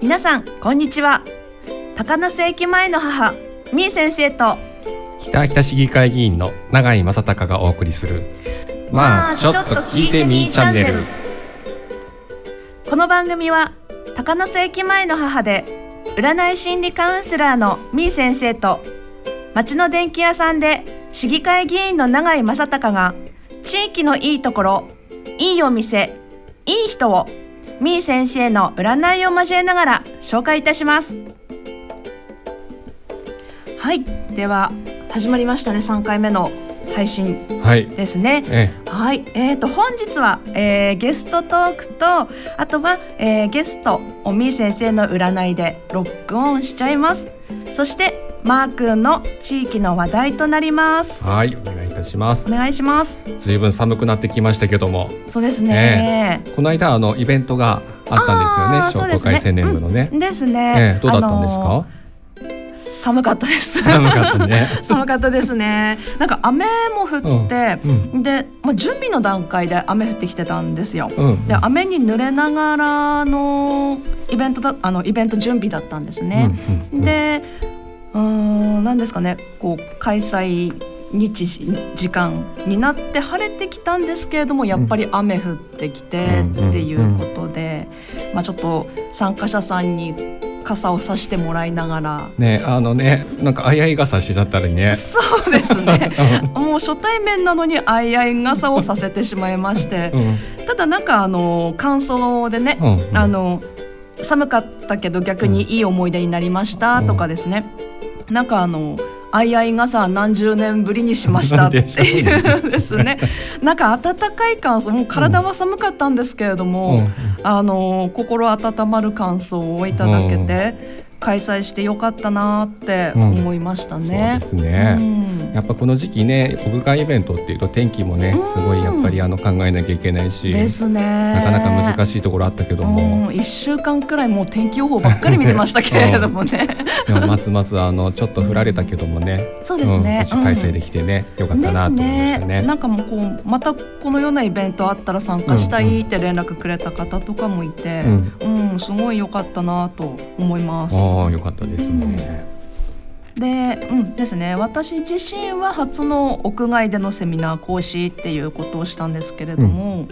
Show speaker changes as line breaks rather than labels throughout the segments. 皆さんこんにちは高野瀬駅前の母みー先生と
北秋田市議会議員の永井正隆がお送りするまあちょっと聞いてみーチャンネル
この番組は高野瀬駅前の母で占い心理カウンセラーのみー先生と町の電気屋さんで市議会議員の永井正隆が地域のいいところいいお店いい人をみー先生の占いを交えながら紹介いたしますはいでは始まりましたね3回目の配信
はい
ですね
え
はい、えー、と本日は、えーゲストトークとあとは、えーゲストおみー先生の占いでロックオンしちゃいますそしてマー君の地域の話題となります
えはいお願いいたします
お願いします
ずいぶん寒くなってきましたけども
そうですね、
この間あのイベントがあったんですよね
あー
商工会
そうですね
青年部のね
ですね、
ええどうだったんです
あの
か
ー寒かったです
寒かったね
寒かったですねなんか雨も降って、
うん
で、まあ、準備の段階で雨降ってきてたんですよ、
うん
で雨に濡れながらのイベントだあのイベント準備だったんですね。
うんうん
でうーん何ですかねこう開催日時時間になって晴れてきたんですけれどもやっぱり雨降ってきて
うん
っていうことで、まあ、ちょっと参加者さんに傘を差してもらいながら
ねあのねなんかあいあい傘しちゃったらいい ね
そうですね
う
もう初対面なのにあいあい傘をさせてしまいまして
んうん
ただなんかあの感想でね
うんうん
あの寒かったけど逆にいい思い出になりましたとかですね、なんかあの「あいあい傘何十年ぶりにしました」っていうです ねなんか温かい感想もう体は寒かったんですけれども、
うん
あの心温まる感想をいただけて、開催してよかったなって思いました
そう
ね
で。すね
うん
やっぱこの時期ね国外イベントっていうと天気もね
うん
すごいやっぱりあの考えなきゃいけないし
ですね。
なかなか難
しい
しいところあったけども、
1週間くらいもう天気予報ばっかり見てましたけれどもね。
でもますますあのちょっと振られたけどもね、
そう
う
です
ん、無
ね。
事開催できてね、よかったなと思いました
です
ね。
なんかもうこうまたこのようなイベントあったら参加したいって連絡くれた方とかもいて
う、ん、
うん、すごい良かったなと思います。
ああ良かったですね。
で、うんですね。私自身は初の屋外でのセミナー講師っていうことをしたんですけれども。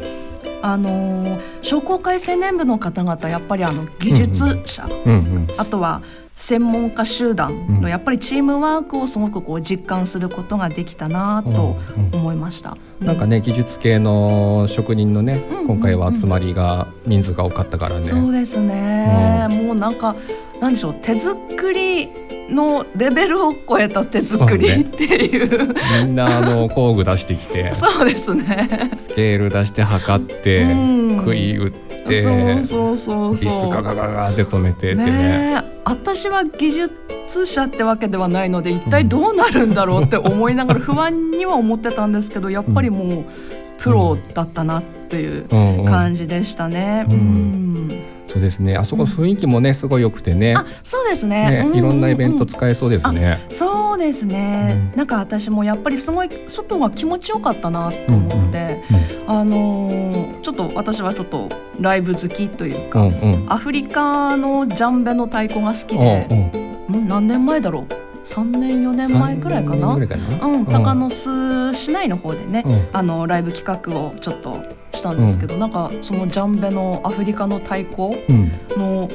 あのー商工会青年部の方々やっぱりあの技術者、
うんうん
あとは専門家集団
う
の
ん
やっぱりチームワークをすごくこう実感することができたな
うん
と
うん
思いました。
なんかね技術系の職人のね、
うんうんうん
今回は集まりが人数が多かったからね。
そうですね、もうなんかなんでしょう手作りのレベルを超えた手作
そう
りっ
ね
ていう
みんなあの工具出してきて、
そうですね。
スケール出して測って、
うん
杭打って、
そうそうそう
ビス
そ
ガ
う。
ガガガって止めてってね。
ねえ私は技術者ってわけではないので一体どうなるんだろうって思いながら不安には思ってたんですけ どやっぱりもうプロだったなっていう
うんうん
感じでしたね。
うん
うん
そうですね。あそこ雰囲気もね、すごい良くてね。
あそうですね
ね
う、
いろんなイベン
う
ト使えそうですね。
そうですね、
う
なんか私もやっぱりすごい外が気持ちよかったなと思って、あのーちょっと私はちょっとライブ好きという
う
か、
んうん。
アフリカのジャンベの太鼓が好きで、
うん
うん何年前だろう3年4年前くらいかな
三年ぐらいかな。
うん、高野洲市内の方でね、
うん
あのライブ企画をちょっとしたんですけど、なんかそのジャンベのアフリカの太鼓
うん
の、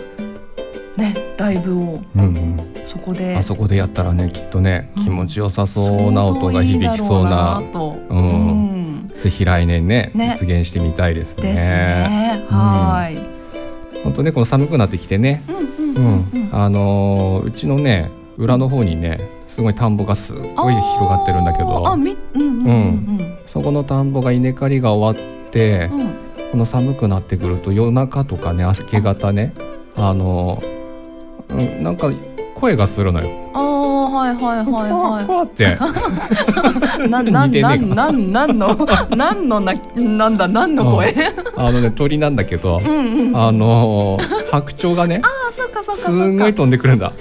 ね、ライブを
うんうん
そこで
あそこでやったらね、きっとね、
うん
気持ちよさそうな音が響きそう
相
な。
当いいだろうなと、
うん
うん
ぜひ来年ね、
ね
実現してみたいです
です
ね。
ね。
うん
はい。
本当ね、この寒くなってきてね。
うんう
うんん
うん。
あのーうちのね、裏の方にね、すごい田んぼがすっごい広がってるんだけ
あーあ
ど。
みうんうんうん
そこの田んぼが稲刈りが終わって。
うん。
この寒くなってくると夜中とかね明け方ねあの、うん、なんか声がするのよ。
ああはいはいはい
こ
は
わって
い。なんなん
似てね
な
え
ん
か
なんなんの なんのななんだなんの声？
あのね鳥なんだけど
うんうん。あ
あの白鳥がね
あそうかそうか
す
そ
ん
う
ご
か
い。飛んでくるんだ。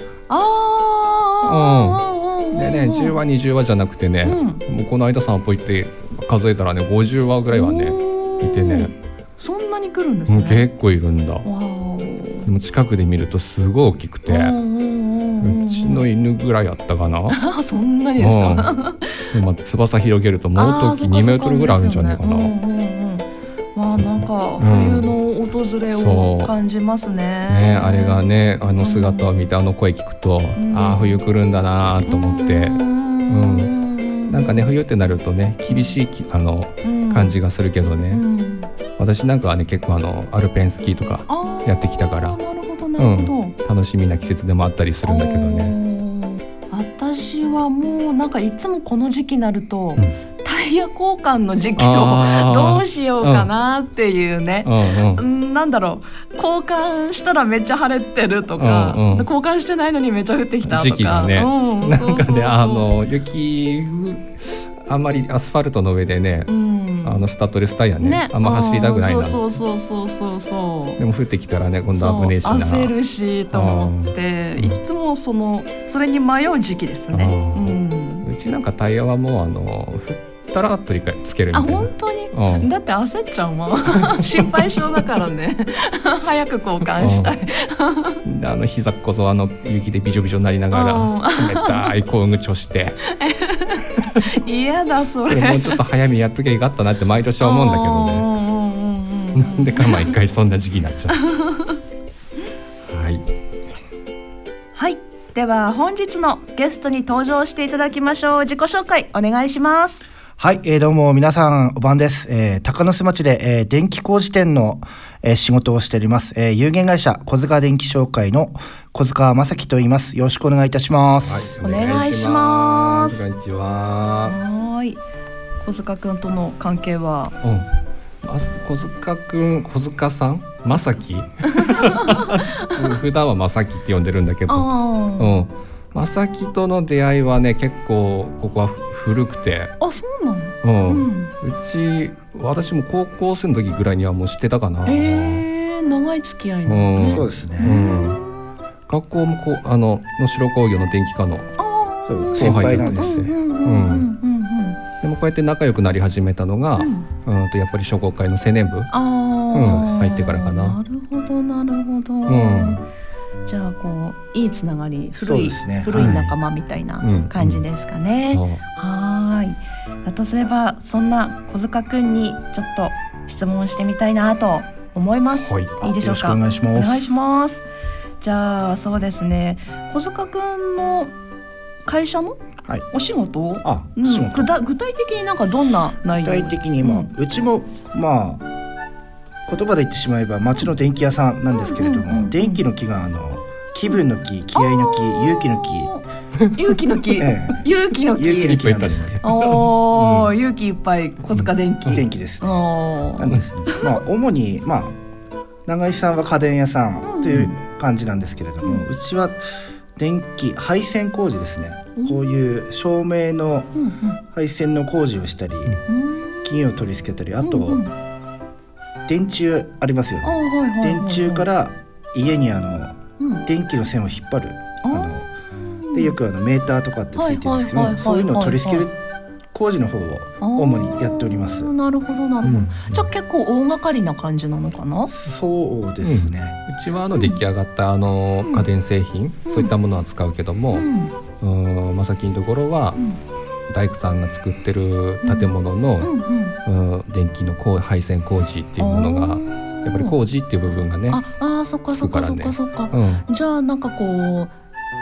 ああ。
でね10話20話じゃなくてね、
う
もうこの間散歩行って数えたらね50話ぐらいは
ね
ねいてね、
そんなに来るんです
う
ね。
ん、結構いるんだ。
わーお。
でも近くで見るとすごい大きくて
う
うん
うんうんうん
ちの犬ぐらいあったかな
あそんなにですか、
うんでも翼広げるともう
あ
大
ー
き
そ
い
っか
2メートルぐらいあるんじゃないかな、
そっかですよねうんうんうんまあなんか冬の訪れ
そ
を
う
感じますね。
ね、あれがねあの姿を見てあの声聞くと、
ん
ああ冬来るんだなーと思って、
うん
なんかね冬ってなるとね厳しいきあの感、じがするけどね、
うんうん
私なんかはね結構あのアルペンスキーとか
あー
やってきたから
なるほどなるほど。
楽しみな季節でもあったりするんだけどね。
あー私はもうなんかいつもこの時期になると、
うん
タイヤ交換の時期を
あー
どうしようかなっていうね
う。んうん
うんなんだろう交換したらめっちゃ晴れてるとか、
うんうん
交換してないのにめっちゃ降ってきたとか
時期がね
うん、
な
そう
ん
そ
か
うそう
ねあの雪あんまりアスファルトの上でね
う、ん
あのスタッドレスタイヤね
ね
あんま走りたくない
うん
な
そうそうそうそうそうそう
でも降ってきたらね今度危ねえしな。
そう焦るしと思って、
うん
いつもそのそれに迷う時期ですね。
う
うん、
うちなんかタイヤはもうあの降ったら取り替えつける
あ
みたい
本当に、
な。うん
だって焦っちゃうもん 心配性だからね 早く交換したい。
であの膝こそあの雪でびしょびしょになりながら冷たい小口をして
嫌だそ
こ
れ。
れもうちょっと早めにやっときゃいかったなって毎年は思うんだけどね。
うんうんうんうんうん
なんでか毎回そんな時期になっちゃう。はい、
はい。では本日のゲストに登場していただきましょう。自己紹介お願いします。
はい、えーどうも皆さん、おばんです。えー、高須町で、えー電気工事店の、えー仕事をしております。えー有限会社小塚電気商会の小塚正樹と言います。よろしくお願いいたします。
お願いします
こんにちは。
はい。小塚くんとの関係は
うん、まず小塚くん、小塚さん、まさ き。普段はまさきって呼んでるんだけど、
あ
う
ー
ん、まさきとの出会いはね、結構ここは古くて、
あそうなの。
うん。
う。
うんち私も高校生の時ぐらいにはもう知ってたかな、
えー、長い付き合いなの
うん
そうですね。
うん学校もこうあの能代工業の電気科の
あ
そう
ー
先輩なん
う
で
ん
す。
うんうんうんうんうん
でもこうやって仲良くなり始めたのが、
う。
うんんとやっぱり商工会の青年部。
ああ、
うん入ってからかな
なるほどなるほど。
ん
じゃあこういいつながり
そ
古
う
い、
ですね
古い
はい
仲間みたいな
うん
感じですかね。
そう
はーい。だとすればそんな小塚くんにちょっと質問してみたいなと思います。
はいい、
いでしょうか。
よろしくお願いしま
ま
す。
すじゃあそうですね。小塚くんの会社の
はい
お仕事。
あ、
うん
仕事
具体具体的になんかどんな内
具
容
体的に、まあ、
う
うんちも、まあ。言葉で言ってしまえば、町の電気屋さんなんですけれども、
うんうんうんうん
電気の木が、あの。気分の木、気合の木、勇気 の木。
木勇気の木
え
勇気の
え、勇気
木
の木なんです。
おお、
うん
勇気いっぱい小塚電気、
電気ですね。
お
なん
ー
ですね。まあ主にまあ長井さんは家電屋さんという感じなんですけれども、うちは電気配線工事ですね
うん。
こういう照明の
うん
配線の工事をしたり、
うん
金を取り付けたり、
う
あ
んうんう
と
んあ
電柱ありますよね。
はいはいはい、
電柱からら家にあの
うん、
電気の線を引っ張る。あの
の
でよくあのメーターとかってついてるんですけ
はいはいはいはいはい
ど、そういうのを取り付ける工事の方を主にやっております。
なるほどなるほど、
うん
じゃあ結構大掛かりな感じなのかな
そうですね。
うちはあの出来上がったあの
うん
家電製品、
うん
そういったものは使うけども、
ん
うん、まさきのところは
うん
大工さんが作ってる建物
う
の、
んうん
うん、電気のこう配線工事っていうものがやっぱり工事っていう部分がね、
ああーそっかそっか
つ
そっ
くか
か
らね
そっか、
うん、
じゃあなんかこう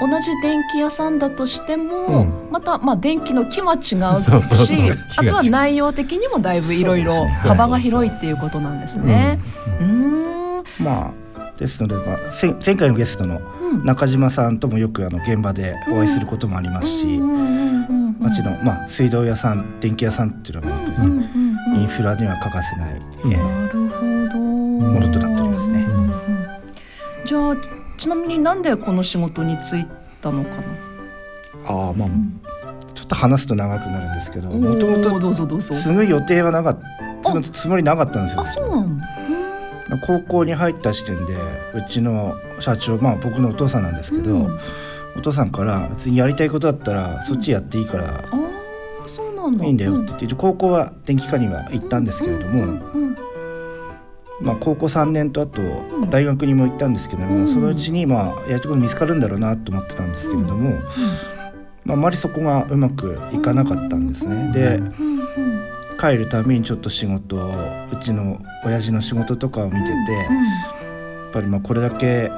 同じ電気屋さんだとしても、
うん
またまあ電気の木は違うし
そうそうそう木が違う
あとは内容的にもだいぶいろい
そう
ろ
ですね
幅が広いっていうことなんですね。うーんうん
まあですので、まあ、せん前回のゲストの中島さんともよくあの現場でお会いすることもありますし、
うんうんうんうん
町の、まあ、水道屋さん電気屋さんっていうのは、
うんうんうんうん
インフラには欠かせない、
うん
えー
なるほど
ものとなっておりますね
うんうんうんじゃあちなみになんでこの仕事に就いたのかな
あーま
ん
あ、ちょっと話すと長くなるんですけど
お
もとも
ー
と
どうぞどうぞ
すぐ予定はなかったそのつもりなかったんですよ
あそうなの
高校に入った時点でうちの社長まあ僕のお父さんなんですけど、
うん
お父さんから別にやりたいことだったらそっちやっていいから
あーそうなんだ
いいんだよっ
う
て言って、高校は電気科には行ったんですけれども、
うんうんうん
まあ、高校3年とあと大学にも行ったんですけども、
うん
そのうちにまあやるところ見つかるんだろうなと思ってたんですけれども、まあ、あまりそこがうまくいかなかったんですね。で
うんうん
帰るたびにちょっと仕事をうちの親父の仕事とかを見ててやっぱりまあこれだけ、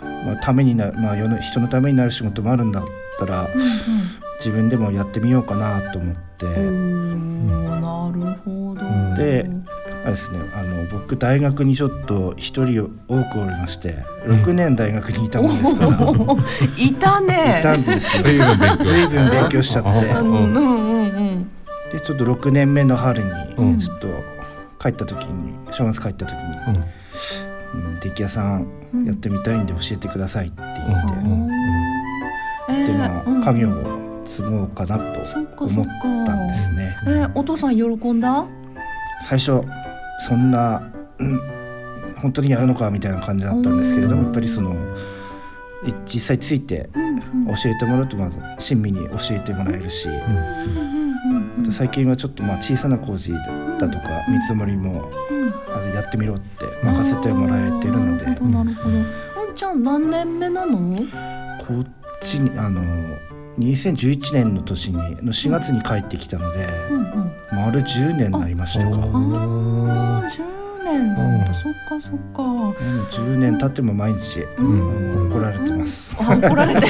まあ、ためになまあ、世の人のためになる仕事もあるんだったら自分でもやってみようかなと思って。
うんうんうんおーなるほど
であれですね、あの僕大学にちょっと一人多くおりまして
うん
6年大学にいたもんですから、
おー いたね
いたんですよ
随分勉強
随分勉強しちゃっ
う
て
んうんうん
でちょっと6年目の春に
うん
ちょっと帰った時に正月帰った時に
うん
「うん、電気屋さん
うん
やってみたいんで教えてください」って言
う
っ
ん
て、
うん
でまあ家業
を
を継ごうかなと
そっかそ
思
っ
っ
か
たんですね。
えーお父さん喜んだ
最初そんな、うん、本当にやるのかみたいな感じだったんですけれどもやっぱりそのい実際ついて
うんうん
教えてもらうとまず親身に教えてもらえるし、
うん
うんうんうん
最近はちょっとまあ小さな工事だとか見積もりも
うん
あのやってみろって任せてもらえてるので
なるほどなるほどうんちゃん何年目なの
こっちにあの2011年の年にの4月に帰ってきたので
うんうん
丸10年になりましたか。もう
ああ、十年なんだ、
うん
そっかそっか。
10年経っても毎日
う
あ
ん。
の怒られてます。
あ、怒られてる。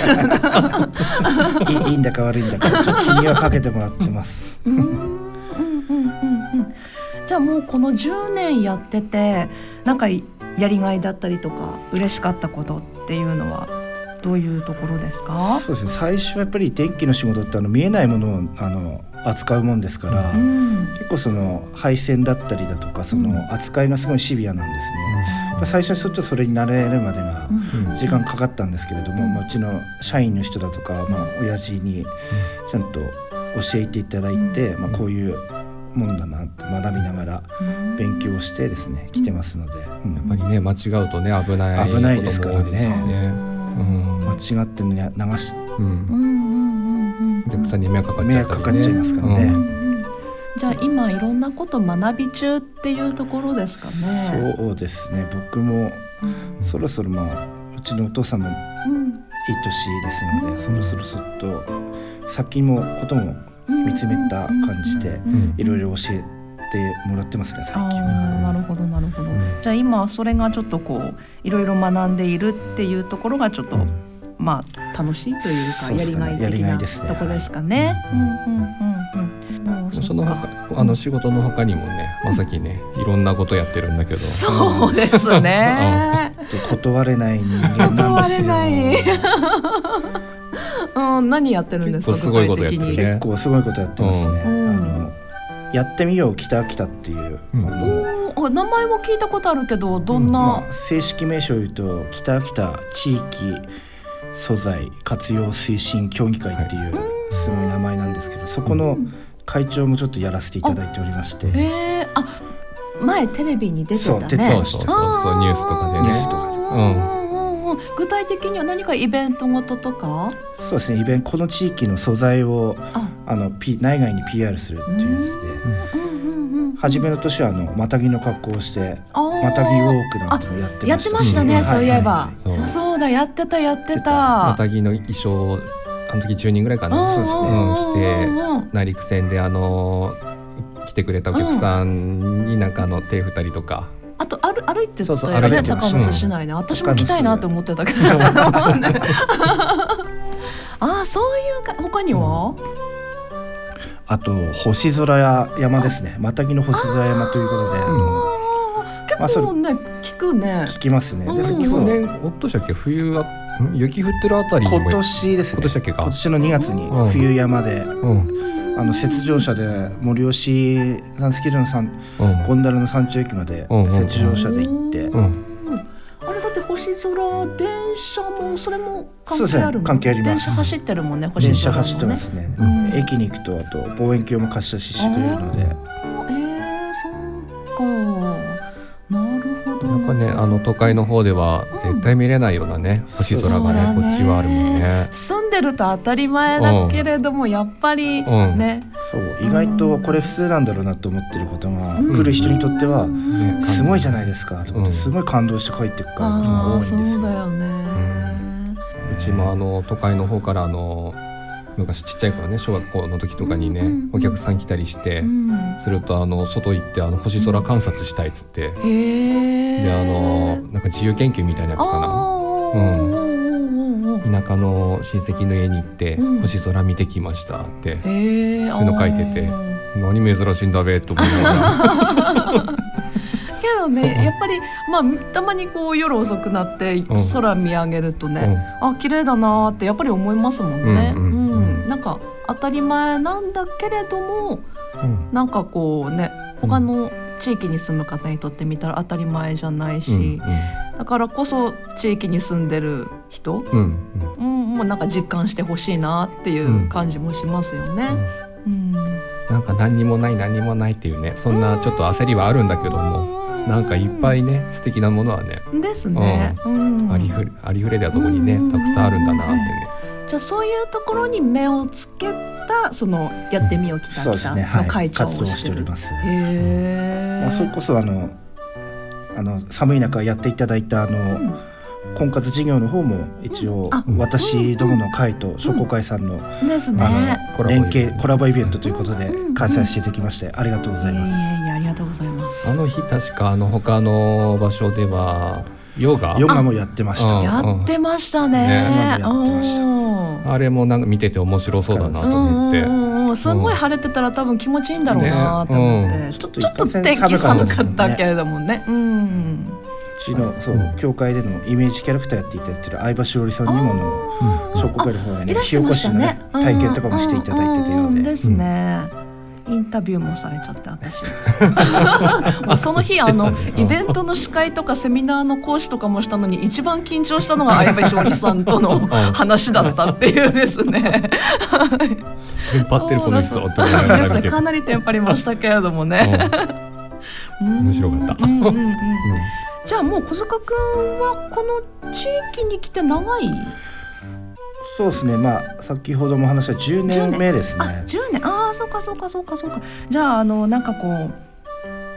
いい いんだか悪いんだかちょっと気にはかけてもらってます。
うん、うん、うん、うん、うん。じゃあ、もうこの十年やってて、なんかやりがいだったりとか、嬉しかったことっていうのは。どういうところですか。
そうですね。最初はやっぱり電気の仕事ってあの見えないものをあの扱うもんですから。
うん。
結構その配線だったりだとかそ
うん
の扱いがすごいシビアなんですね。やっぱ最初はちょっとそれに慣れるまでが
うん
うん
時間かかったんですけれども、まあ、うちの社員の人だとか、まあ、親父にちゃんと教えていただいて、まあ、こういうもんだなって学びながら勉強してですね来てますので、う
やっ
ん
ぱりね間違うとね危ない
危ないですからね
ことも多いですしねうん
間違ってんのに流し
うん
うん、うん、うん、
お客さんに迷惑かかっち
迷
ゃっ
惑
た
か
り
かっちゃいますからね。
う。
うん
うんじゃあ今いろんなこと学び中っていうところですかね。
そうですね僕も
そう。
そろそろまあうちのお父さんも
うん。
いい年ですのでそろそろそっと先もことも見つめた感じで
うんうん
いろいろ教えてもらってますね最
あ
近は。
ーなるほどなるほど、
ん
じゃあ今それがちょっとこういろいろ学んでいるっていうところがちょっと、
うん
まあ楽しいというか
そうで
や
す
り
か
が
ね
い的
やりが
ない
ですね
とこですかね。う
うんん
うんうんうんもう
その
っか
他あの仕事の他にもねまさきねいろんなことやってるんだけど
そうです ね。
ちょっと断れない人間なんです よ。
断れ うん何やってるんですか
結構すごいことやって
具
る
体
ね
的に
結構すごいことやってますね。あ
うん
のやってみよう北秋田っていう、
うん
あの
おーあ名前も聞いたことあるけどどんな、
まあ、正式名称を言うと北秋田地域素材活用推進協議会っていうすごい名前なんですけどそこの会長もちょっとやらせていただいておりまして。
へえあ前テレビに出てた
そう
ね。
出てま
そうそうそうそうニュースとかで
ニュ
ね
ースとかで
うんうんうん具体的には何かイベントごととか
そうですねイベントこの地域の素材を
あ
あの、P、内外に PR するっていうやつで、
うんうんうん
初めの年はあのまたぎの格好をして
あー
またぎウォークなんてのをやってました
やってましたね、
うん
そういえば、
そう
そうだやってたやってた
またぎの衣装をあの時10人ぐらいかな
そうですね
うん
うんうんうん
内陸線であの来てくれたお客さんになんかあの手振ったりとか、
あと歩歩いてた
そうそう
よ
歩
ね
いてま
高
した
松市内ね、私も来たいなと思ってたけど ああそういうか他には、
あと星空や山ですねまたぎの星空山ということであの
あー
まあ
結
それ
構ね、聞くね
聞きますねで
うん
去
そう
年おっとしたっけ冬はん雪降ってるあたりにも
今年です
今
ね
年だっけ
今
か
年の2月
う
に
ん
冬山で
うん
あの雪上車で森吉さんスキルのさん
うん
ゴンダルの山頂駅まで
うんうんうん
雪上車で行って
う
あれだって星空電車もそれも関係あ
そうです
る
ね
の
関係あります
電車走ってるもんね星
電
空
車
もね
走ってますね
うん
駅に行くとあと望遠鏡も貸し出ししてくれるので
あーえー、そうかなるほど
なんこれねあの都会の方では絶対見れないようなね、星空がね
そうだね
こっちはあるもんね。
住んでると当たり前だけれども、やっぱり
うん
ね、
そう意外とこれ普通なんだろうなと思ってることが、
うん
来る人にとっては
ね
すごいじゃないですかと思って、
うん
すごい感動して帰ってくから
あ
が
あ
多い
そ
んです
う
よ
だよね、
うちもあの都会の方からあの昔ちっちゃい頃ね小学校の時とかにね、
うんうんうん
お客さん来たりして、
うん
するとあの外行ってあの星空観察したいっつって、
へえ
であのなんか自由研究みたいなやつかな。
な
田舎の親戚の家に行って、
うん
星空見てきましたって、
へえ
そういうの書いてて何珍しいんだべと思いながら
けどねやっぱりまあたまにこう夜遅くなって空見上げると ね、あ綺麗だなーってやっぱり思いますもんね。
うんうんうん
うんなんか当たり前なんだけれども
うんうん
なんかこうね他の地域に住む方にとってみたら当たり前じゃないし、だからこそ地域に住んでる人、
うんうんうん
うん、もうなんか実感してほしいなっていう感じもしますよね。うん
なんか何にもない何にもないっていうねそんなちょっと焦りはあるんだけども
う
なんかいっぱ
い
いね素敵なものはね
ですね。うん
ありふれありふれではどこにね
うん
たくさんあるんだなってね
じゃあそういうところに目をつけたそのやってみようきた
そう
き
です
た
ねは
の
い
会長
活動
を
を
し
してており
る。
ます、
へえ。
まあ、それこそあのあの寒い中やっていただいたあの、
うん
婚活事業の方も一応、
あ
私どもの会と商工会さんの、
です
あ
ね。
コ
の
ラボイベン
連
ト
携コラボイベントということで
うんうんうん
開催していただきましてありがとうございます。
いやいやありがとうございます。
あの日確かあの他の場所ではヨガ
ヨガもやってました。
あ
や
やってましたね。
ね
やってました
うん
あれもなんか見てて面白そうだなと思って
うんうんうんうんすんごい晴れてたら多分気持ちいいんだろうなと思って、
ね
ちょ
うん
ちょっと天気寒かったけれどもねうん
うちのそううん教会でのイメージキャラクターやっていただいてる相葉しおりさんにもあの
あー
商工会の方で
い
ね
らっし
火
ゃい
起
ま
こ
し
したの
ね
ね体験とかもしていただいてたよ
ん
うん
ん
で
ですね、インタビューもされちゃって私 もうその日
し
あ
てたね
の
うん
イベントの司会とかセミナーの講師とかもしたのに一番緊張したのが相葉しおりさんとの話だったっていうですね
テンパってるこの人
そう
と
だ
思いながら
そう
見
で
て
すかなりテンパりましたけれどもね。
ん面白かった
うんうんうんじゃあもう小塚くんはこの地域に来て長い？
そうですねまあ先ほども話した10年目です
あ
ね、。
十年。ああ、そうかそうかそうかそうか。じゃああのなんかこ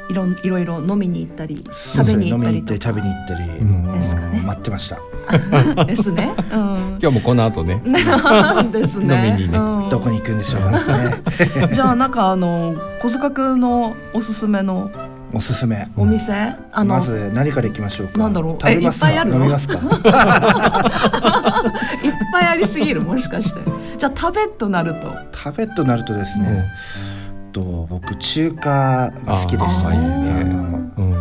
ういろんいろいろ飲みに行ったり
そう
食
です
べ
ね
に行
飲
っ
み
たり
に行った
と
り食べに行ったり、
うん
もう
ですかね
待ってました。
かですね。 うん。
今日もこの後ね
ですね。
飲みにね
うん
どこに行くんでしょうかってね。
じゃあなんかあの小塚くんのおすすめの
おすすめ。
お店、あの
まず何から行きましょうか。
なんだろう
食べます
えいっぱいあ
か。
るの
飲みます か。
いっぱいありすぎるもしかして。じゃあ食べとなると。
食べとなるとですね、と僕中華が好きでしたね
あーいいね
あの
うん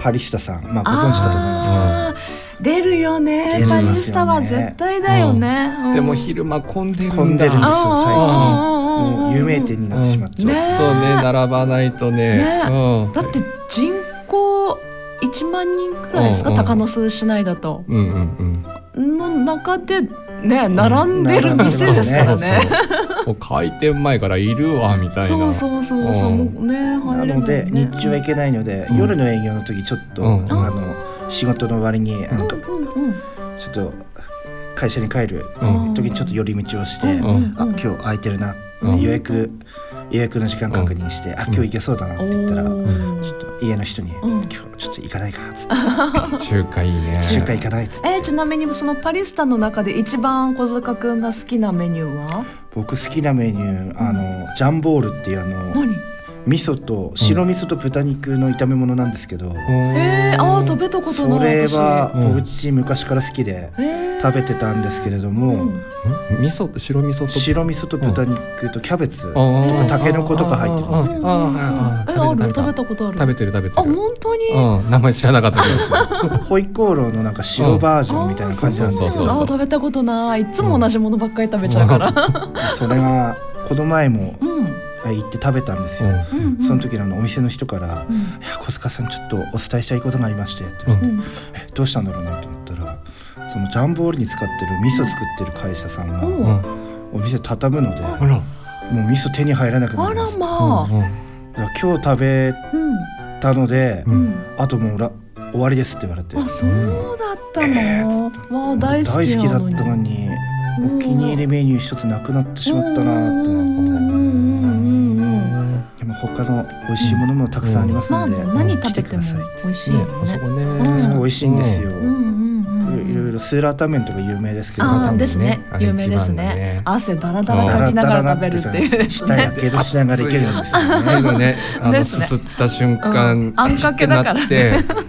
パリスタさんまあご存知だと思います
あー出るよね
出るんですよね
パリスタは絶対だよね、うん
でも昼間混んでるんだ
混んでるんですよ最近
あー
もう有名店になってしまっち
うんちょっ
ゃう、
ね
とね並ばないとね
ね
うん
だって人口1万人くらいですか、
うんうん
高野数市内だと
うんうんうん
の中でね並んでる店ですからね、
そうそうもう開店前からいるわみたいな
そうそうそうそう
うん
もうね
な
入れい
ので
ね
日中は行けないので、
うん
夜の営業の時ちょっと、
うん
あの仕事の割になんか
うんうんうん
ちょっと会社に帰る
うん
時にちょっと寄り道をして、
うんうんうん
あ今日空いてるな、
うん
予約予約の時間確認して、あ今日行けそうだなって言ったら、
おー
ちょっと家の人に、
ん
今日ちょっと行かないかっつって
中華いいね
中華行かないっつって、
えーちなみにそのパリスタの中で一番小塚くんが好きなメニューは
僕好きなメニューあのジャンボールっていうあの
何
味噌と白味噌と豚肉の炒め物なんですけど、
えー、あー食べたこと
そ
ない
れ
私
は
うん
僕自身昔から好きで
えー
食べてたんですけれど
う
も、
ん
ん味噌白味噌と
白味噌と豚肉とキャベツ、
と
タケノコとか入ってます
う
け
んうんうん
どあーあー
え
あ
あ
ー
る食
食
べ
べ
た
た
ことある
食べてる食べて
あ
る
本当に、
うん名前知らなかったけど
ホイコーローのなんか白バージョンみたいな感じなんですけ
そうそう
あ
そ
ー
う
食べたことないいつも同じものばっかり食べちゃうから、
どそれがこの前も
うんうん
行って食べたんですよ、
うんうん、
その時のあのお店の人から
うん、
「いや小塚さんちょっとお伝えしたいことがありまして」って
うん
うん
えどうしたんだろうなと思ったらそのジャンボールに使ってる味噌作ってる会社さんが
う
うんん
お店畳むのでも
あら
う味噌手に入らなくな
あ
りま
ら
すだか
まあ、
うん
ら今日食べ
うん
たので
うん
うん
あともうら終わりですって言われて
あそうだったの、
えー
わあ大好き
大好きだ
な
っ
のに
たのにお気に入りメニュー一つなくなってしまっ
う
たなと
ん
思
うんうんうんうん
ってでも他の美味しいものもたくさんあります
まあ
んで、
何
来
食
て
べ
く
ても
ださい
美味しい
ね
よ
あ
ね
そこね、
ん
すごい美味しいんですよ、
うんうんうんうん
いろいろスーラータンメンとか有名ですけど、
あーですね
あれ
有名です
一番だ
ね
ね
汗だらだらかきながら食べるっていうね
したやけどしながらいけるんですよ
最後
ね
ね、あの
です
す
ね
すった瞬
うん
間、
あんかけだからね
ってなって、で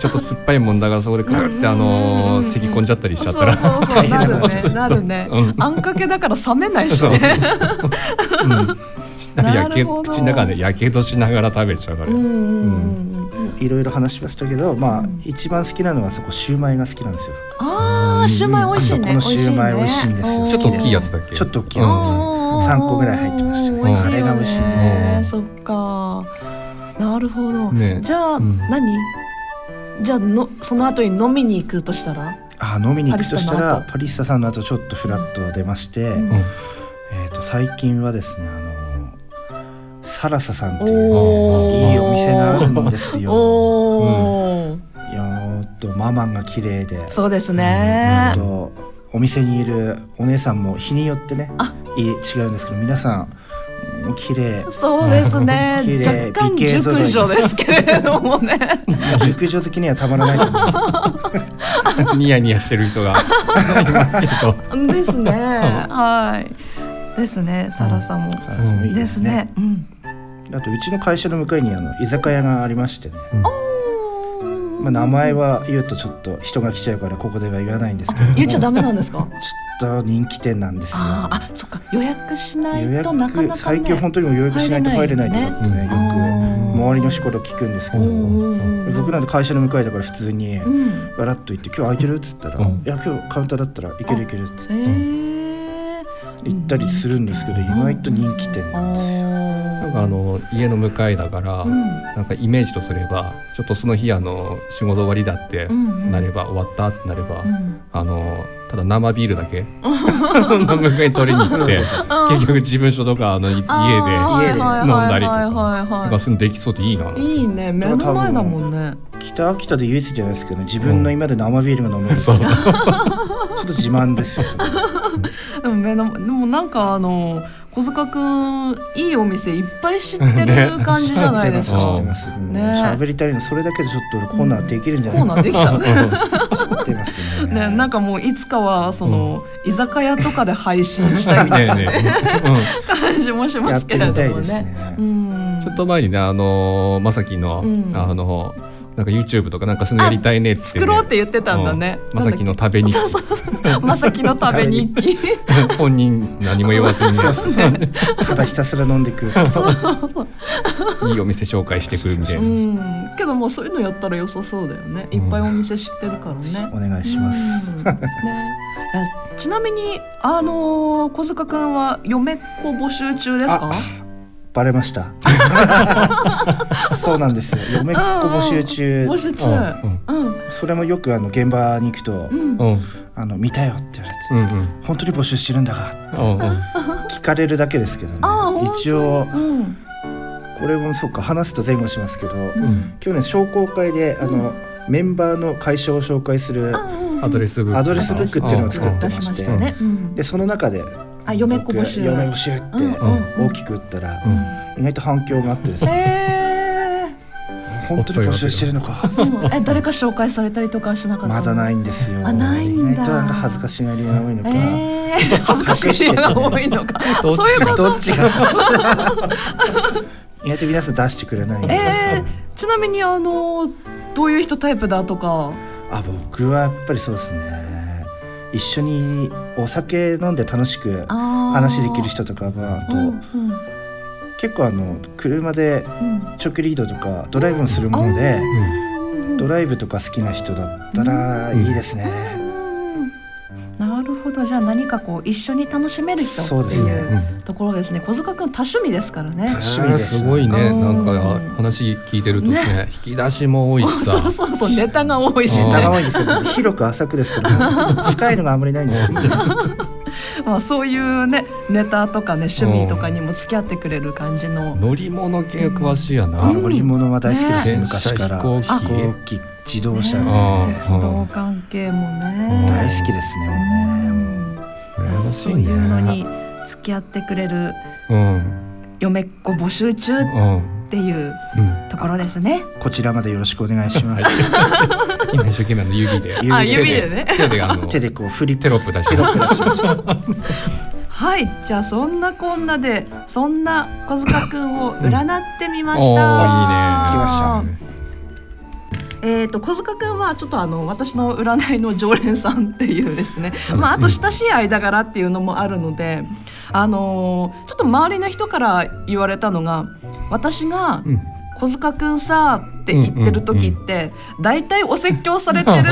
ちょっと酸っぱいもんだからそこでカーってあ
うんうんうんうん
のー咳込んじゃったりしちゃった ら、
そうそうそう
大
なる
変な
ね
こと
する
なるね、
うん
あんかけだから冷めないし
そうそう
ね
そううんしたらや
な
け
るほど
口の中でやけどしながら食べちゃうから、
うんうんうんうん
いろいろ話しましたけどまあ、
うん
一番好きなのはそこシューマイが好きなんですよ
あーシューマイ美味しいね
あそこのシューマイ美味しいんですよ
美味
ちょっと大きいやつ
ね
だっけ
ちょっと大きいやつですね
うん
3個ぐらい入ってましたね
美味しいよね
あれが美味しいんです
ね
そっかなるほど、
ね
じゃあ、
うん
何じゃあのその後に飲みに行くとしたら
あ飲みに行くとし
パリスタ
た
の
ら
後
パリスタさんの後ちょっとフラッと出まして、
うん
うん
えー、と最近はですねあのサラサさんっていう
おー
いいお店があるんです よ。
おー、
いやーほんとママが綺麗で
そうです
あ
ね、
とお店にいるお姉さんも日によってね
あ
いい違うんですけど皆さんもう綺麗
そうですね
綺麗
若干
美形揃
熟
いです
女ですけれどもね
熟女好きにはたまらないと思い ます。
ニヤニヤしてる人が いますけど、
ですねはいですねサラさんも、
サラサもいい
で
ですすね
ね。うん
あとうちの会社の向かいにあの居酒屋がありましてね、まあ、名前は言うとちょっと人が来ちゃうからここでは言わないんですけども
言っちゃダメなんですか
ちょっと人気店なんですよ。
あーあそっか予約しな
予
いとなかなか、ね、
約最近本当にもう予約しないと入れないとかってねよく周りの人から聞くんですけ
う
ど
んうんうん
僕なんて会社の向かいだから普通に
うん
ガラッと行って「今日空いてる?」っつったら
う
「
ん
いや今日カウンターだったらいけるいける」っつって
へー
行ったりするんですけど意外と人気店なんですよ。
なんかあの家の向かいだから、
うん
なんかイメージとすれば、ちょっとその日あの仕事終わりだって
うんうん
なれば、終わったってなれば、
うん
あのただ生ビールだ け飲むに取りに行って結局自分所とかあのい家で
あー
家で
飲んだりとか
はいはいはい
なん
は
かそういうのできそうでいいな。
いいいね目の前だもんね
北秋田で唯一じゃないですけどね自分の今まで生ビールが飲めるちょ
そう
っ
そう
と自慢ですよそれ
でも目のでもなんかあの小塚くんいいお店いっぱい知って
ね
る 感じじゃないです
知
か、
知っ
ってて
ま
ます
ん
ね喋りたいのそれだけでちょっと俺コーナーできるんじゃ
コー
な
ナー
い
できちゃう
か知ってます ね
ね、なんかもういつかはその、居酒屋とかで配信 したいみたい
ね
な
えねえう
感じもしま
やっ
すけ
て
れ
みた
ど
い
も
です
ね。
ね
うん
んちょっと前にねあのまさきの、
うん
あのなんか YouTube とかなんかそういうのやりたいねっつってね、
作ろうって言ってたんだね。
まさきの食べに
そうそうそう。まさきの食べ日記。
本人何も言わずにね
そうそうただひたすら飲んでくる
そうそうそう。
いいお店紹介してくるみたいうな。
ん。けどもうそういうのやったら良さそうだよね。いっぱいお店知ってるからね。
お願いします
うん。ね。あちなみにあのー小塚くんは嫁っ子募集中ですか？
バレました そうなんです嫁っ子募集中
募集中。
うん
うん
それもよくあの現場に行くと
うん
う。ん
「あの見たよ」って言われて
うんうん
「本当に募集してるんだが
うんうん」
聞かれるだけですけどね
あ本当
一応
うん。
これもそうか話すと前後しますけど
うん
去年商工会であのメンバーの会社を紹介する
アドレスブック
アドレスブックっていうのを作って
出
ま
しまし
して
たね。うん
でその中で
あ嫁っ子募集。
僕嫁募集っ
うん
て
うんうん
大きく打ったら
うん
意外と反響があってですね
え
本当に募集してるのか
ーうんえ誰か紹介されたりとかはしなかったの
まだないんですよ
あないんだ
意外となんか恥ずかしがり屋が多いのか、
えー、恥ずかしいのが多いのか
どっちか
そういうこと
どっちが意外と皆さん出してくれないんで、
えー、ちなみにあのどういう人タイプだとか
あ僕はやっぱりそうですね一緒にお酒飲んで楽しく話
話
できる人とかはあと、
うんうん
結構あの車で
うん
長距離移動とかドライブをするもので、
うん
ドライブとか好きな人だったらいいですね、
うんなるほどじゃあ何かこう一緒に楽しめる人
そ
っ
うで
て
すね
いうところですね小塚くん多趣味ですからね
多趣味です
すごいね
うん
なんか話聞いてるとね引き出しも多いし
そ
さ
うそうそうネタが多いし
うん
ね
長いんですけど広く浅くですけど 深いのがあんまりないんですけど、
まあ、そういうねネタとかね趣味とかにも付き合ってくれる感じの、
乗り物系詳しいやな
うん
乗り物は大好きです、
ね
電車
昔か
飛
ら
行機
飛行機自動車
ね
あー
鉄道関係も
うん
ね。
大好きですねもうねも
羨
う
まし
そ
いうね
いうのに付き合ってくれる
うん
嫁っ子募集中っ
うん
ていう
うん
ところですね。
こちらまでよろしくお願いします
今一生懸命あの指で
指であ
指でね
手であの
手でこうフリッ
テ
プ
ロップ出して
テロップ出しました
はい、じゃあそんなこんなでそんな小塚くんを占ってみま
おーい
し
いね
た。
来ました
ね
えっ、と小塚くんはちょっとあの私の占いの常連さんっていうですね。
すね
まああと親しい間柄っていうのもあるので、あのーちょっと周りの人から言われたのが、私が
うん
小塚くんさって言ってる時って、大体お説教されて る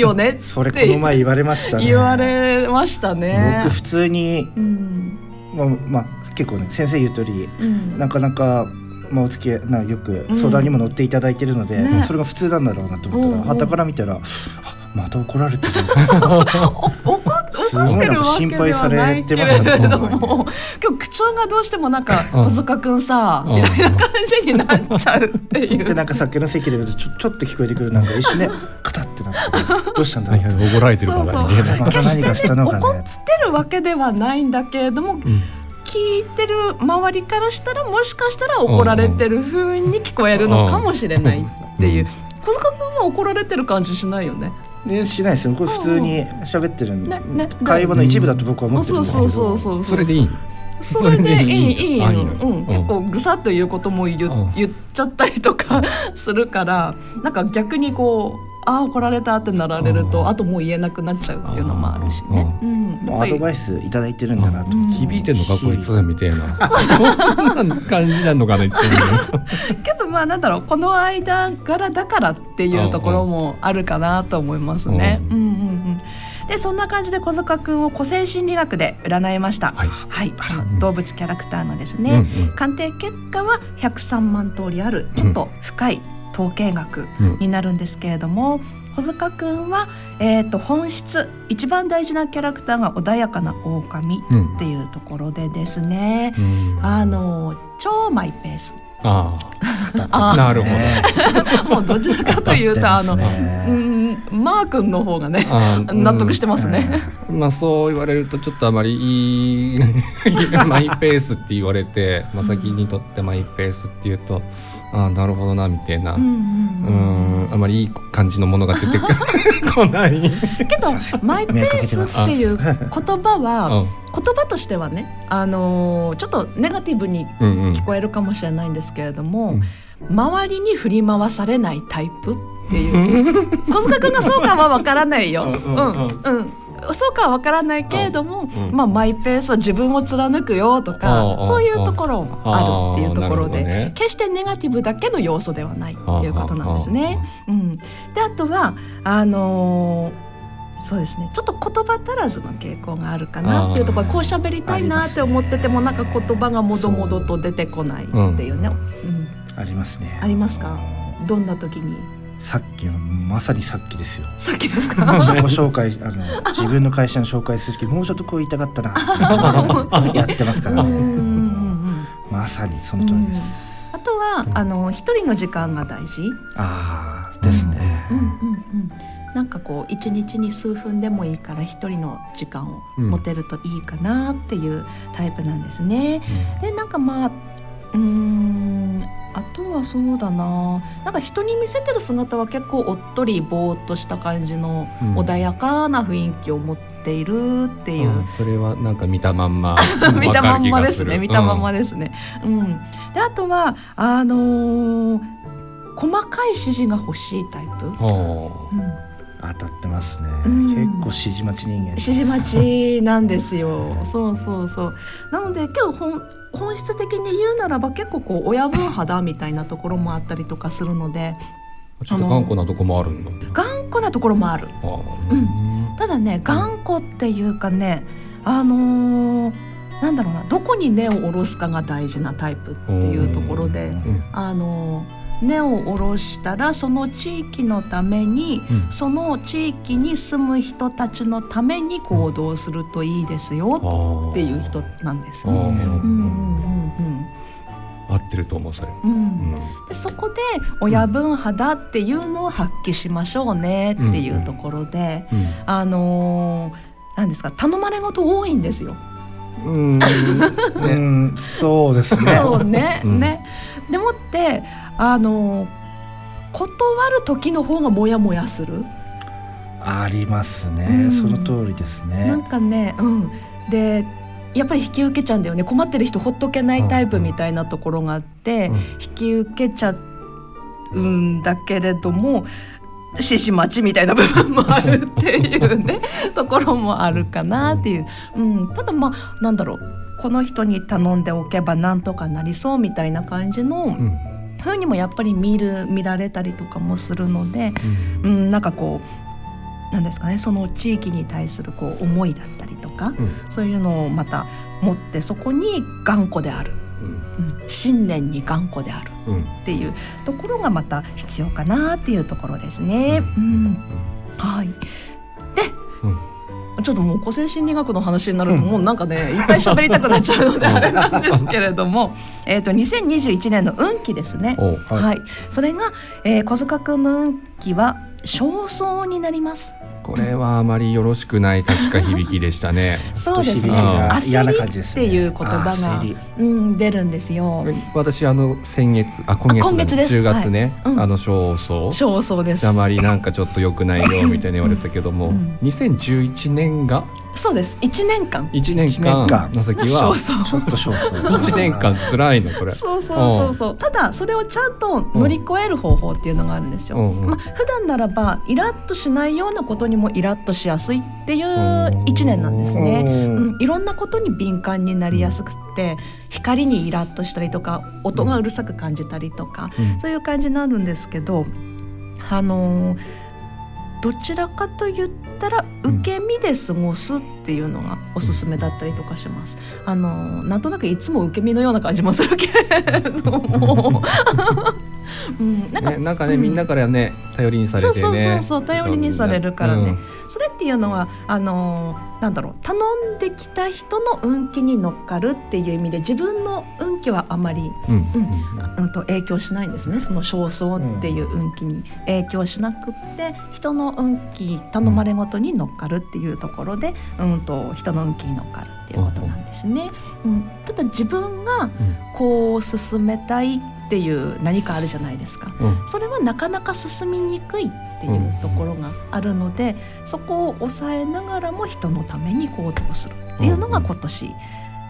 よね
それ
っ
この
て
前言われましたね
言われましたね
僕。普通に
うん
まあ、まあ、結構ね先生言う通り
うん
なかなか、まあ、お付き合いなよく相談にも乗っていただいてるので、
ね
それが普通なんだろうなと思った
うん
ら
うん
はた、から見たらあまた怒 られてる
お怒っ怒ってるわけで
すごいなんか心
は
配さ
な
れ
いけ
てま
れ
したね
ども、今日口調がどうしてもなんか
うん
小塚くんさ
う
み
ん
たいな感じになっちゃうってい
で
う。
なんか酒の席でちょちょっと聞こえてくるなんか一 瞬ねカタってなってどうしたんだ
はい
ろ
は
う
い怒られてるから
そうそう
見えない
また何がしたのかね
怒ってるわけではないんだけれども
うん
聞いてる周りからしたらもしかしたら怒られてる風に聞こえるのかもしれないっていう
うん
小塚君は怒られてる感じしないよね。
でしないですよこれ普通に喋ってるんで、
ねね
会話の一部だと僕は思
あ
ってる
そ
ん
う
ですけ
そ
ど
うそうそうう
それでいい
それでいいいい
あ
の、
いいの
うん、
うん
結構ぐさっということも言,、
うん
言っちゃったりとか するからなんか逆にこうああ怒られたってなられると、
うん
あともう言えなくなっちゃうっていうのもあるしね。うん、
もうアドバ
イ
イスいただいてるんだなと、
うん
響いてんのかこいつみたいなそんな感じなのかなって
けどまあなんだろうこの間からだからっていうところもあるかなと思いますね。う
うん
うんうんでそんな感じで小塚くんを個性心理学で占いました。
はい
はい、
い
動物キャラクターのです
う
ね、
んうん
鑑定結果は103万通りあるちょっと深い統計学
うん
になるんですけれども、小塚くんは、えー、と本質一番大事なキャラクターが穏やかな狼
う
って
ん
いうところでですね、
うん
あの超マイペース
あ
あ
なるほど
もうどちらかというと、 あの、うんマー君の方がね
ーあー
納得して
うん
ますね。
まあそう言われるとちょっとあまりい いマイペースって言われて、まあ、先にとってマイペースっていうとああなるほどなみたいな、
うん
う
うんうん
んあまりいい感じのものが出てこ ない。
けど
すいません
マイペ
迷惑
ー
かけて
ス
ま
っ
す
ていう言葉は
うん
言葉としてはね、あのーちょっとネガティブに
うんうん
聞こえるかもしれないんですけれども、
うん
周りに振り回されないタイプっていう小塚君がそうかはわからないよ。
う
うんん
うん
うんそうかはわからないけれども、
うん
まあ、マイペースは自分を貫くよと
うんう
か
ん
そういうところもあるっていうところ
あーなるほど
で、
ね
決してネガティブだけの要素ではないっていうことなんですね。うん、であとはあのーそうですねちょっと言葉足らずの傾向があるかなっていうところ
あー
こう喋りたいなって思っててもなんか言葉がもどもどと出てこないっていうね、
う
うん
ありますね
ありますかどんな時に
さっきのまさにさっきですよ
さっきです
自
か
己紹 介あの自分の会社の紹介する時もうちょっとこう言いたかった なやってます
う
か
ん
ら
うんう
ね
ん うん
まさにその通りです、
あとはあの一人の時間が大事、
ああですね、
うんうんうん、なんかこう一日に数分でもいいから一人の時間を持てるといいかなっていうタイプなんですね。でなんかまあうーんあとはそうだななんか人に見せてる姿は結構おっとりぼーっとした感じの
うん
穏やかな雰囲気を持っているっていう、
うんそれはなんか見たまんま
見たまんまです
わ
ね
かる気がる
見たまんま
うん
ですね。うんであとはあのー細かい指示が欲しいタイプ。
ほ
うん
当たってますね、
うん
結構指示待ち人間
指示待ちなんですよ。そうそうそう。なので今日本本質的に言うならば結構こう親分肌みたいなところもあったりとかするので
うちょっと頑固なとこもあるんだ
頑固なところもある。
あー
うんただね頑固っていうかねあのーなんだろうなどこに根を下ろすかが大事なタイプっていうところで
うん
うん
あのー根を下ろしたらその地域のために
うん
その地域に住む人たちのために行動するといいですよ
あー
っていう人なんです
あー
よ。う
うん
んうんうんうん
合ってると思うそれ、
う、
うんん、
でそこで親分肌っていうのを発揮しましょうねっていうところで、あのー、なんですか頼まれ事多いんですよ。
うん、うん、
う
ね、
ん、そうですね。
そうね、
うん
ね。でもってあのー断る時の方がモヤモヤする。
ありますね、
うん
その通りです
な
ね
ん。かね、うん、でやっぱり引き受けちゃうんだよね困ってる人ほっとけないタイプみたいなところがあって、引き受けちゃうんだけれども獅子待ちみたいな部分もあるっていう ねところもあるかなっていう、うん、ただまあなんだろうこの人に頼んでおけばなんとかなりそうみたいな感じの
うん、うん
ふうにもやっぱり見る見られたりとかもするので、う
うん
ん、なんかこうなんですかねその地域に対するこう思いだったりとか
うん
そういうのをまた持ってそこに頑固である、うん、信念に頑固である
うんうん
っていうところがまた必要かなっていうところですね。う、
うんん
はい
うん
ちょっともう個性心理学の話になるともうなんかねいっぱい喋りたくなっちゃうのであれなんですけれども えーと2021年の運気ですね。
おう
はい
はい、それが、えー、小塚君の運気は焦燥になります。
これはあまりよろしくない確か響きでしたね
そうです
ちょ
ね
っと響き。が
焦り
嫌な感じですね。
っていう言葉が
あー焦り
うん、出るんですよ。
私あの先月あ今月,、ね、
あ今月です
10月ね、
はいうん
あの焦燥
焦燥です
あ。まりなんかちょっと良くないよみたいに言われたけども、
うん
2011年が
そうです。一年間
1年
一年間
間の先
が
は
焦燥。
ちょっと少数。
1年間辛いのこれ。
そうそうそうそう。ただそれをちゃんと乗り越える方法っていうのがあるんですよ。
うんうん
まあ普段ならばイラッとしないようなことにもイラッとしやすいっていう一年なんですね。
うん
うん、いろんなことに敏感になりやすくって光にイラッとしたりとか音がうるさく感じたりとか、
うん
そういう感じになるんですけどあのーどちらかと言ったら
うん
受け身で過ごすっていうのがおすすめだったりとかします。あのーなんとなくいつも受け身のような感じもするけれど も、うん、なんか、
ね、なんかね、
うん
みんなからね頼りにされてね
そうそうそうそう頼りにされるからね、
うん
それっていうのはあのーなんだろう頼んできた人の運気に乗っかるっていう意味で自分の運気はあまり、
うん
うんうん、と影響しないんですねその焦燥っていう運気に影響しなくって人の運気頼まれごとに乗っかるっていうところで、うん、と人の運気に乗っかるっていうことなんですね。うん、ただ自分がこう進めたいっていう何かあるじゃないですか。
うん
それはなかなか進みにくいっていうところがあるので、そこを抑えながらも人のために行動するっていうのが今年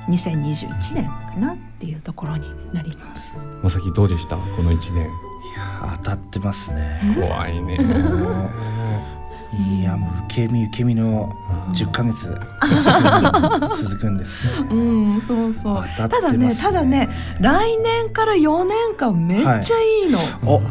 2021年かなっていうところになります。
まさきどうでしたこの1年
いや当たってますね。
怖いね
いやもう受け身受け身の10ヶ 月続くんですね。
うん、そうそう。
当たってます
ただね来年から4年間めっちゃいいの。
お、
こ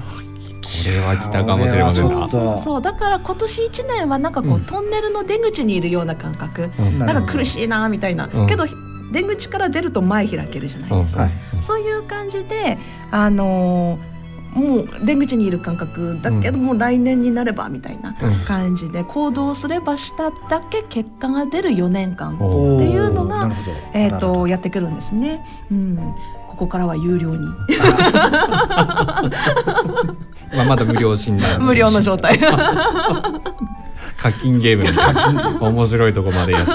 れは来たかもしれません
これ
な
はちょっと
そうだから今年1年はなんかこう、
うん
トンネルの出口にいるような感覚
うん
なんか苦しいなみたいな、
うん
けど出口から出ると前開けるじゃないですか
うん
はい
そういう感じで、あのーもう出口にいる感覚だけど、もう来年になればみたいな
うん
感じで行動すればしただけ結果が出る4年間、
お
おー
っていうのが
なるほど
えー、
なるほ
と
ど
やってくるんですね。うん、ここからは有料に
まあまだ無料診断
無料の状態っ
課金ゲームみたいな面白いとこまでやっ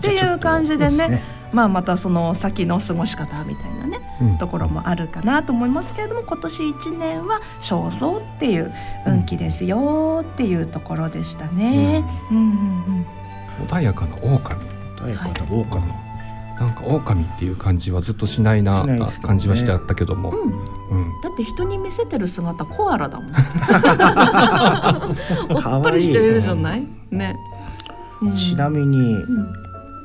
て
ていう感じで
そう
ね
ね
まあまたその先の過ごし方みたいなねところもあるかなと思いますけれども今年1年は焦燥っていう運気ですよっていうところでしたね。うんうんうん
穏やかな狼
誰かと狼
なんか狼っていう感じはずっとしないな
しないですね
感じはしてあったけども、
うん
うん
だって人に見せてる姿コアラだもん。
可愛い
おっとりしてるじゃない？ね。うん
ちなみに
うん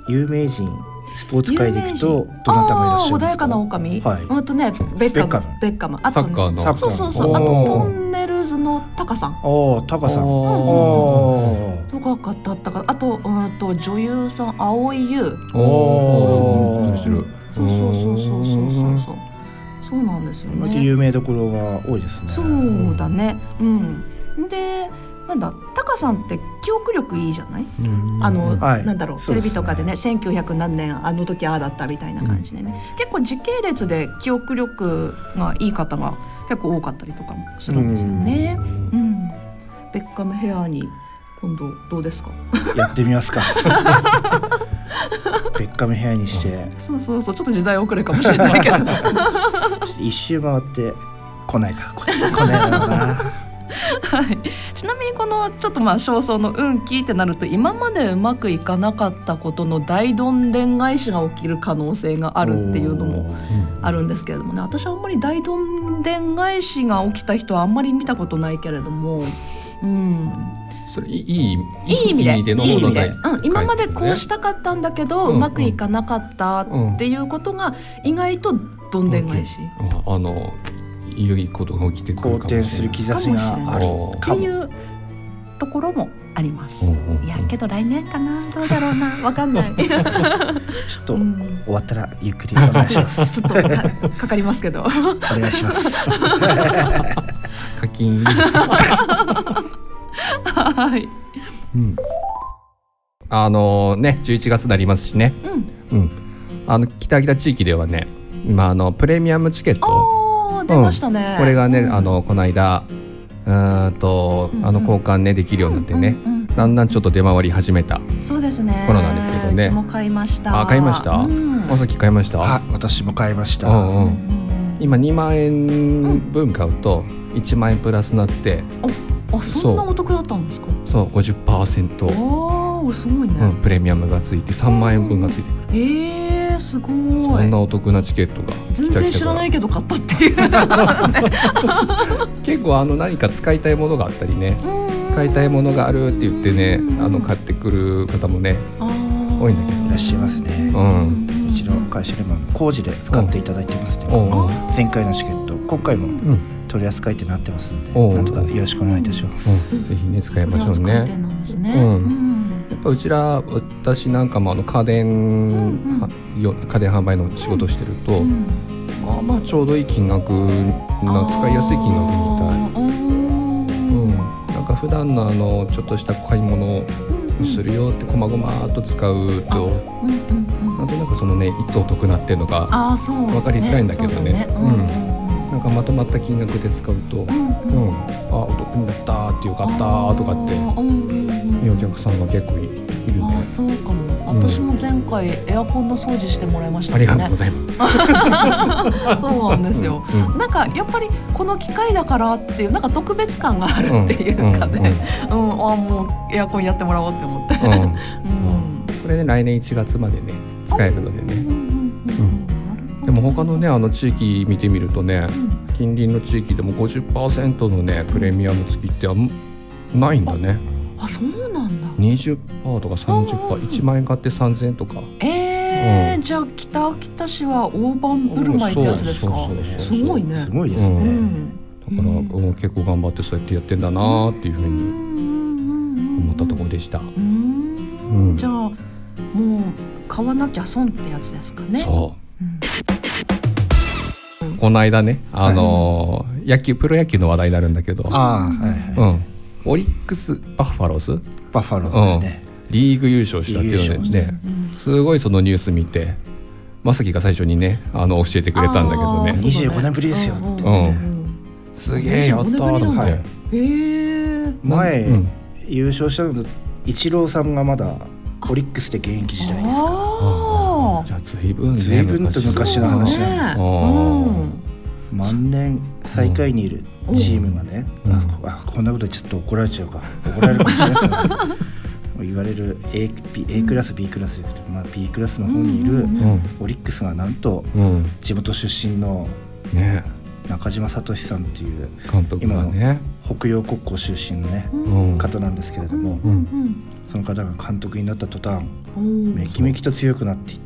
有名人スポーツ界でいくとどなたがいらっしゃるんで
あー穏
す
やかな
か
狼。
はい
うんとねベッカム。ベッカム。あ
サ
と
ッカー
ね。
の
サッカ
そ
ー
うそうそう。
おー
あとトンネルズのタカさん。
おータカさんお
お
と
ー
ー
かだったかな。あとうんと女優さん青井優。
おお面
知る
そ
白い
うそうそうそうそうそうそう。そうなんですよ
割と
ね。
有名どころが多いですね
そうだね。うん。でなんだタカさんって記憶力いいじゃない
うん
あの、
はい
なんだろう
そ
テ
う
レ
です
ビ
ね
とかでね1900何年あの時ああだったみたいな感じでね、結構時系列で記憶力がいい方が結構多かったりとかもするんですよね。うんベッカムヘアに今度どうですか
やってみますかベッカム部屋にして
そうそうそうちょっと時代遅れかもしれないけど
一周回って来な いかこれ来ないだろうな
はい、ちなみにこのちょっとまあ焦燥の運気ってなると今までうまくいかなかったことの大どんでん返しが起きる可能性があるっていうのも
うん
あるんですけれどもね私はあんまり大どんでん返しが起きた人はあんまり見たことないけれども、うん、
それいいい
いい意味で
いい意味での
いい意味で
はい
うん、今までこうしたかったんだけど、
うん
うまくいかなかったっていうことが意外とどんでん返し。
ああの良いことが起きてく
好
るかも
転
し
す
れ
る
ない。
兆しがある
おー
って
かも
いうところもあります。
うんうんうん
いやけど来年かなどうだろうなわかんない。
ちょっと
うん
終わったらゆっくりお願いします
ちょっとかかかりますけど。
お願いし ます
課金。
はい。
うんあのね11月になりますしね。
うん。
うん。あの北北地域ではね、今あのプレミアムチケット
ああ出ましたね。
これがね、
うん
あのこの間うーんと
うんうん
あの交換ねできるようになってね、。
うんうんうん
だんだんちょっと出回り始めた。
そうですね。
頃なんですけどね
うちも買いました。
あ買いました
うん
まさき買いました。
あ私も買いました、
うんうん
うん
今2万円分買うと1万円プラスになって
あそんなお得だったんですか。
そう50%、
おおすごいね。
うん、プレミアムがついて3万円分がついてくる、
えー、すご
そん
い
な。お得なチケットが
全然知らないいけど買ったって いう。ね
結構あの何か使いたいものがあったりね買いたいものがあるって言ってねあの買ってくる方もね多
多
いんだけど
いらっしゃいますね
う
うちの会社でも工事で使っていただいてますね、
おう
前回のチケット今回も
うん、
取り扱いってなってますんで、
おう
なんとかよろしくお願いいたします、
うん、ぜひね使いましょうねや
なんですね。
うん
ん
っぱうちら私なんかもあの家電、
ん
はよ家電販売の仕事してると、
うん
まあまあちょうどいい金額な使いやす
あ
い金額みたい
ーうん
うん、なんか普段のあのちょっとした買い物をするよってこまごまーっと使うと、
うんうんう
なんんとなくそのねいつお得なってんのか
あーそうね
わかりづらいんだけどね
そうだうん
なんかまとまった金額で使うと、うん
うんうん
あお得になったーってよかったーとかって
あーうんうんうん
いうお客さんが結構いいるね
あーそうかも私も前回エアコンの掃除してもらいました
あ
ね
りがとうございます。
そうなんですよ、
うん
なんかやっぱりこの機械だからっていうなんか特別感があるっていうかね、うんあーもうエアコンやってもらおうって思って、
うんうんうん
うん
これね来年1月までね使えるのでね。
うん
でも他のねあの地域見てみるとね
うん
近隣の地域でも50%のねプレミアム付きってあんないんだね。
あそうなんだ
20%とか
うんうん
30%、1万円買って3000円とか。
えー
うん
じゃあ北秋田市は大盤振る舞いってやつですか
そうそうそう
す
そう
ごいね
すごいですね、
う
うん
だから、
うん
うん結構頑張ってそうやってやってんだなーっていうふうに思ったところでした。
うーん
うん
じゃあもう買わなきゃ損ってやつですかね
そ
うん
う。この間ね、あのー野球、プロ野球の話題になるんだけど、
ああはいはい、
うん。オリックス・バファローズ
バッファローズですね、
リーグ優勝したっていうの
リーグ
で、ね、すごいそのニュース見て、まさきが最初にね、あの、教えてくれたんだけどね
あー、そうだ
25年ぶりですよ
うん
うん
うん
すげえやったーと思って。
はい
へえ
前
うん
優勝したのとイチローさんがまだオリックスで現役時代ですか
あ
じゃあ随分ね
随分と昔の
あ
話
ね
な
あー
万年最下位にいるチームがね、
うん
あこあこんなことちょっと怒られちゃうか怒られるかもしれないですけど 言われる A, B A クラス B クラス、まあ、B クラスの方にいる
うん
うん
オリックスがなんと
うん
地元出身の
ね
中島聡さんっていう
監督がね
北洋国交出身のね
う
うんん
方なんですけれども
う
うんん
その方が監督になった途端
うん
めきめきと強くなっていって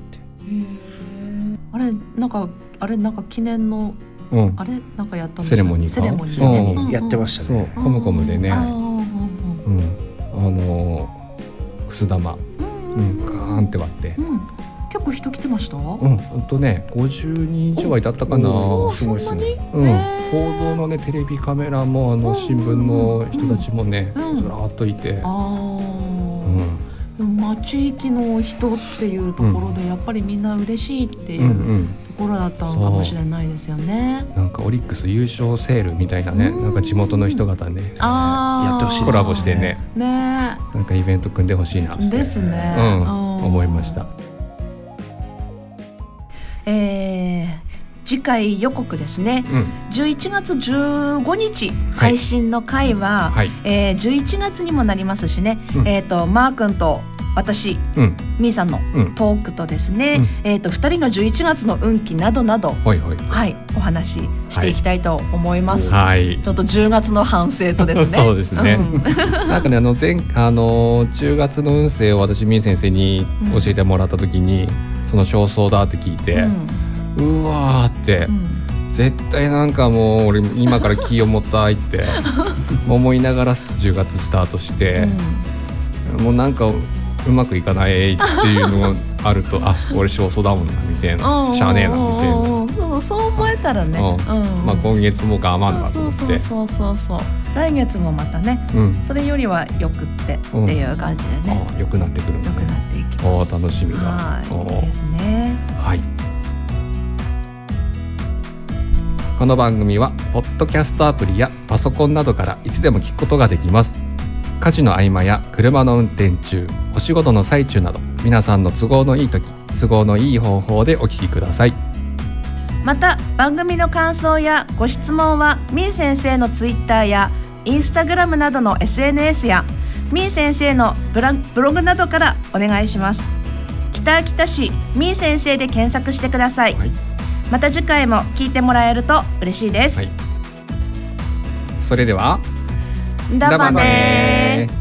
あれなんかあれなんか記念の
うん
あれなんかやったんですよ
セレモニーか
セレモニ
そ
ー
れ
うん
にやってました
そう
ね。
コムコムでね
あーうん
うんあのーくす玉
うん
うんガーンって割って
うんうん結構人来てました、
うん、うんとね50人以上はいたったかな、
お
お
う
ー
すごいっすね
そんなに
ん
へー、
報道のねテレビカメラもあ
うん
の新聞の人たちもね、
うん
ずらーっといて、う
あ
ん、
あ、でもまあ地域の人っていうところでやっぱりみんな嬉しいってい
うんう
ううんところだったのかもしれないですよね。
なんかオリックス優勝セールみたいなね、
うん
なんか地元の人方ね、
ああ、
やってほしい
コラボしてね
ね
なんかイベント組んでほしいなって
ですね。
うん
あー
思いました。
えー次回予告ですね。
うん
11月15日配信の回は、
はい
えー11月にもなりますしね。
うん
えっ、とマー君と私
うん
みーさんの
うん
トークとですね、えっ、と二人の11月の運気などなど。
はいはい
はい、お話ししていきたいと思います。
はい
ちょっと10月の反省とですね。
そうですね
ん
なんかねあの前あの中月の運勢を私みー先生に教えてもらった時に、その焦燥だって聞いて、うわーって、
うん
絶対なんかもう俺今から気を持ったいって思いながら10月スタートして、もうなんかうまくいかないっていうのがあるとあ俺焦燥だもんなみたい
うん
なしゃあねえなみたい
うん
な、
うんうんそうそう思えたらね。
う
うん
まあ、今月も我慢だと
そ
思
う
っ
そう
て
そうそうそう。来月もまたね、
うん
それよりはよくってって
うん
いう感じでね、
あ良くなってくるんだ
良くな
ね
っていきます。
おー楽しみだお
はい、
ー
いいですね。
はいこの番組はポッドキャストアプリやパソコンなどからいつでも聞くことができます家事の合間や車の運転中お仕事の最中など皆さんの都合のいい時都合のいい方法でお聞きください
また番組の感想やご質問はみー先生のツイッターやインスタグラムなどの SNS やみー先生のブラブログなどからお願いします北秋田市みー先生で検索してください、
はい
また次回も聞いてもらえると嬉しいです、
はいそれでは
だまねー
ー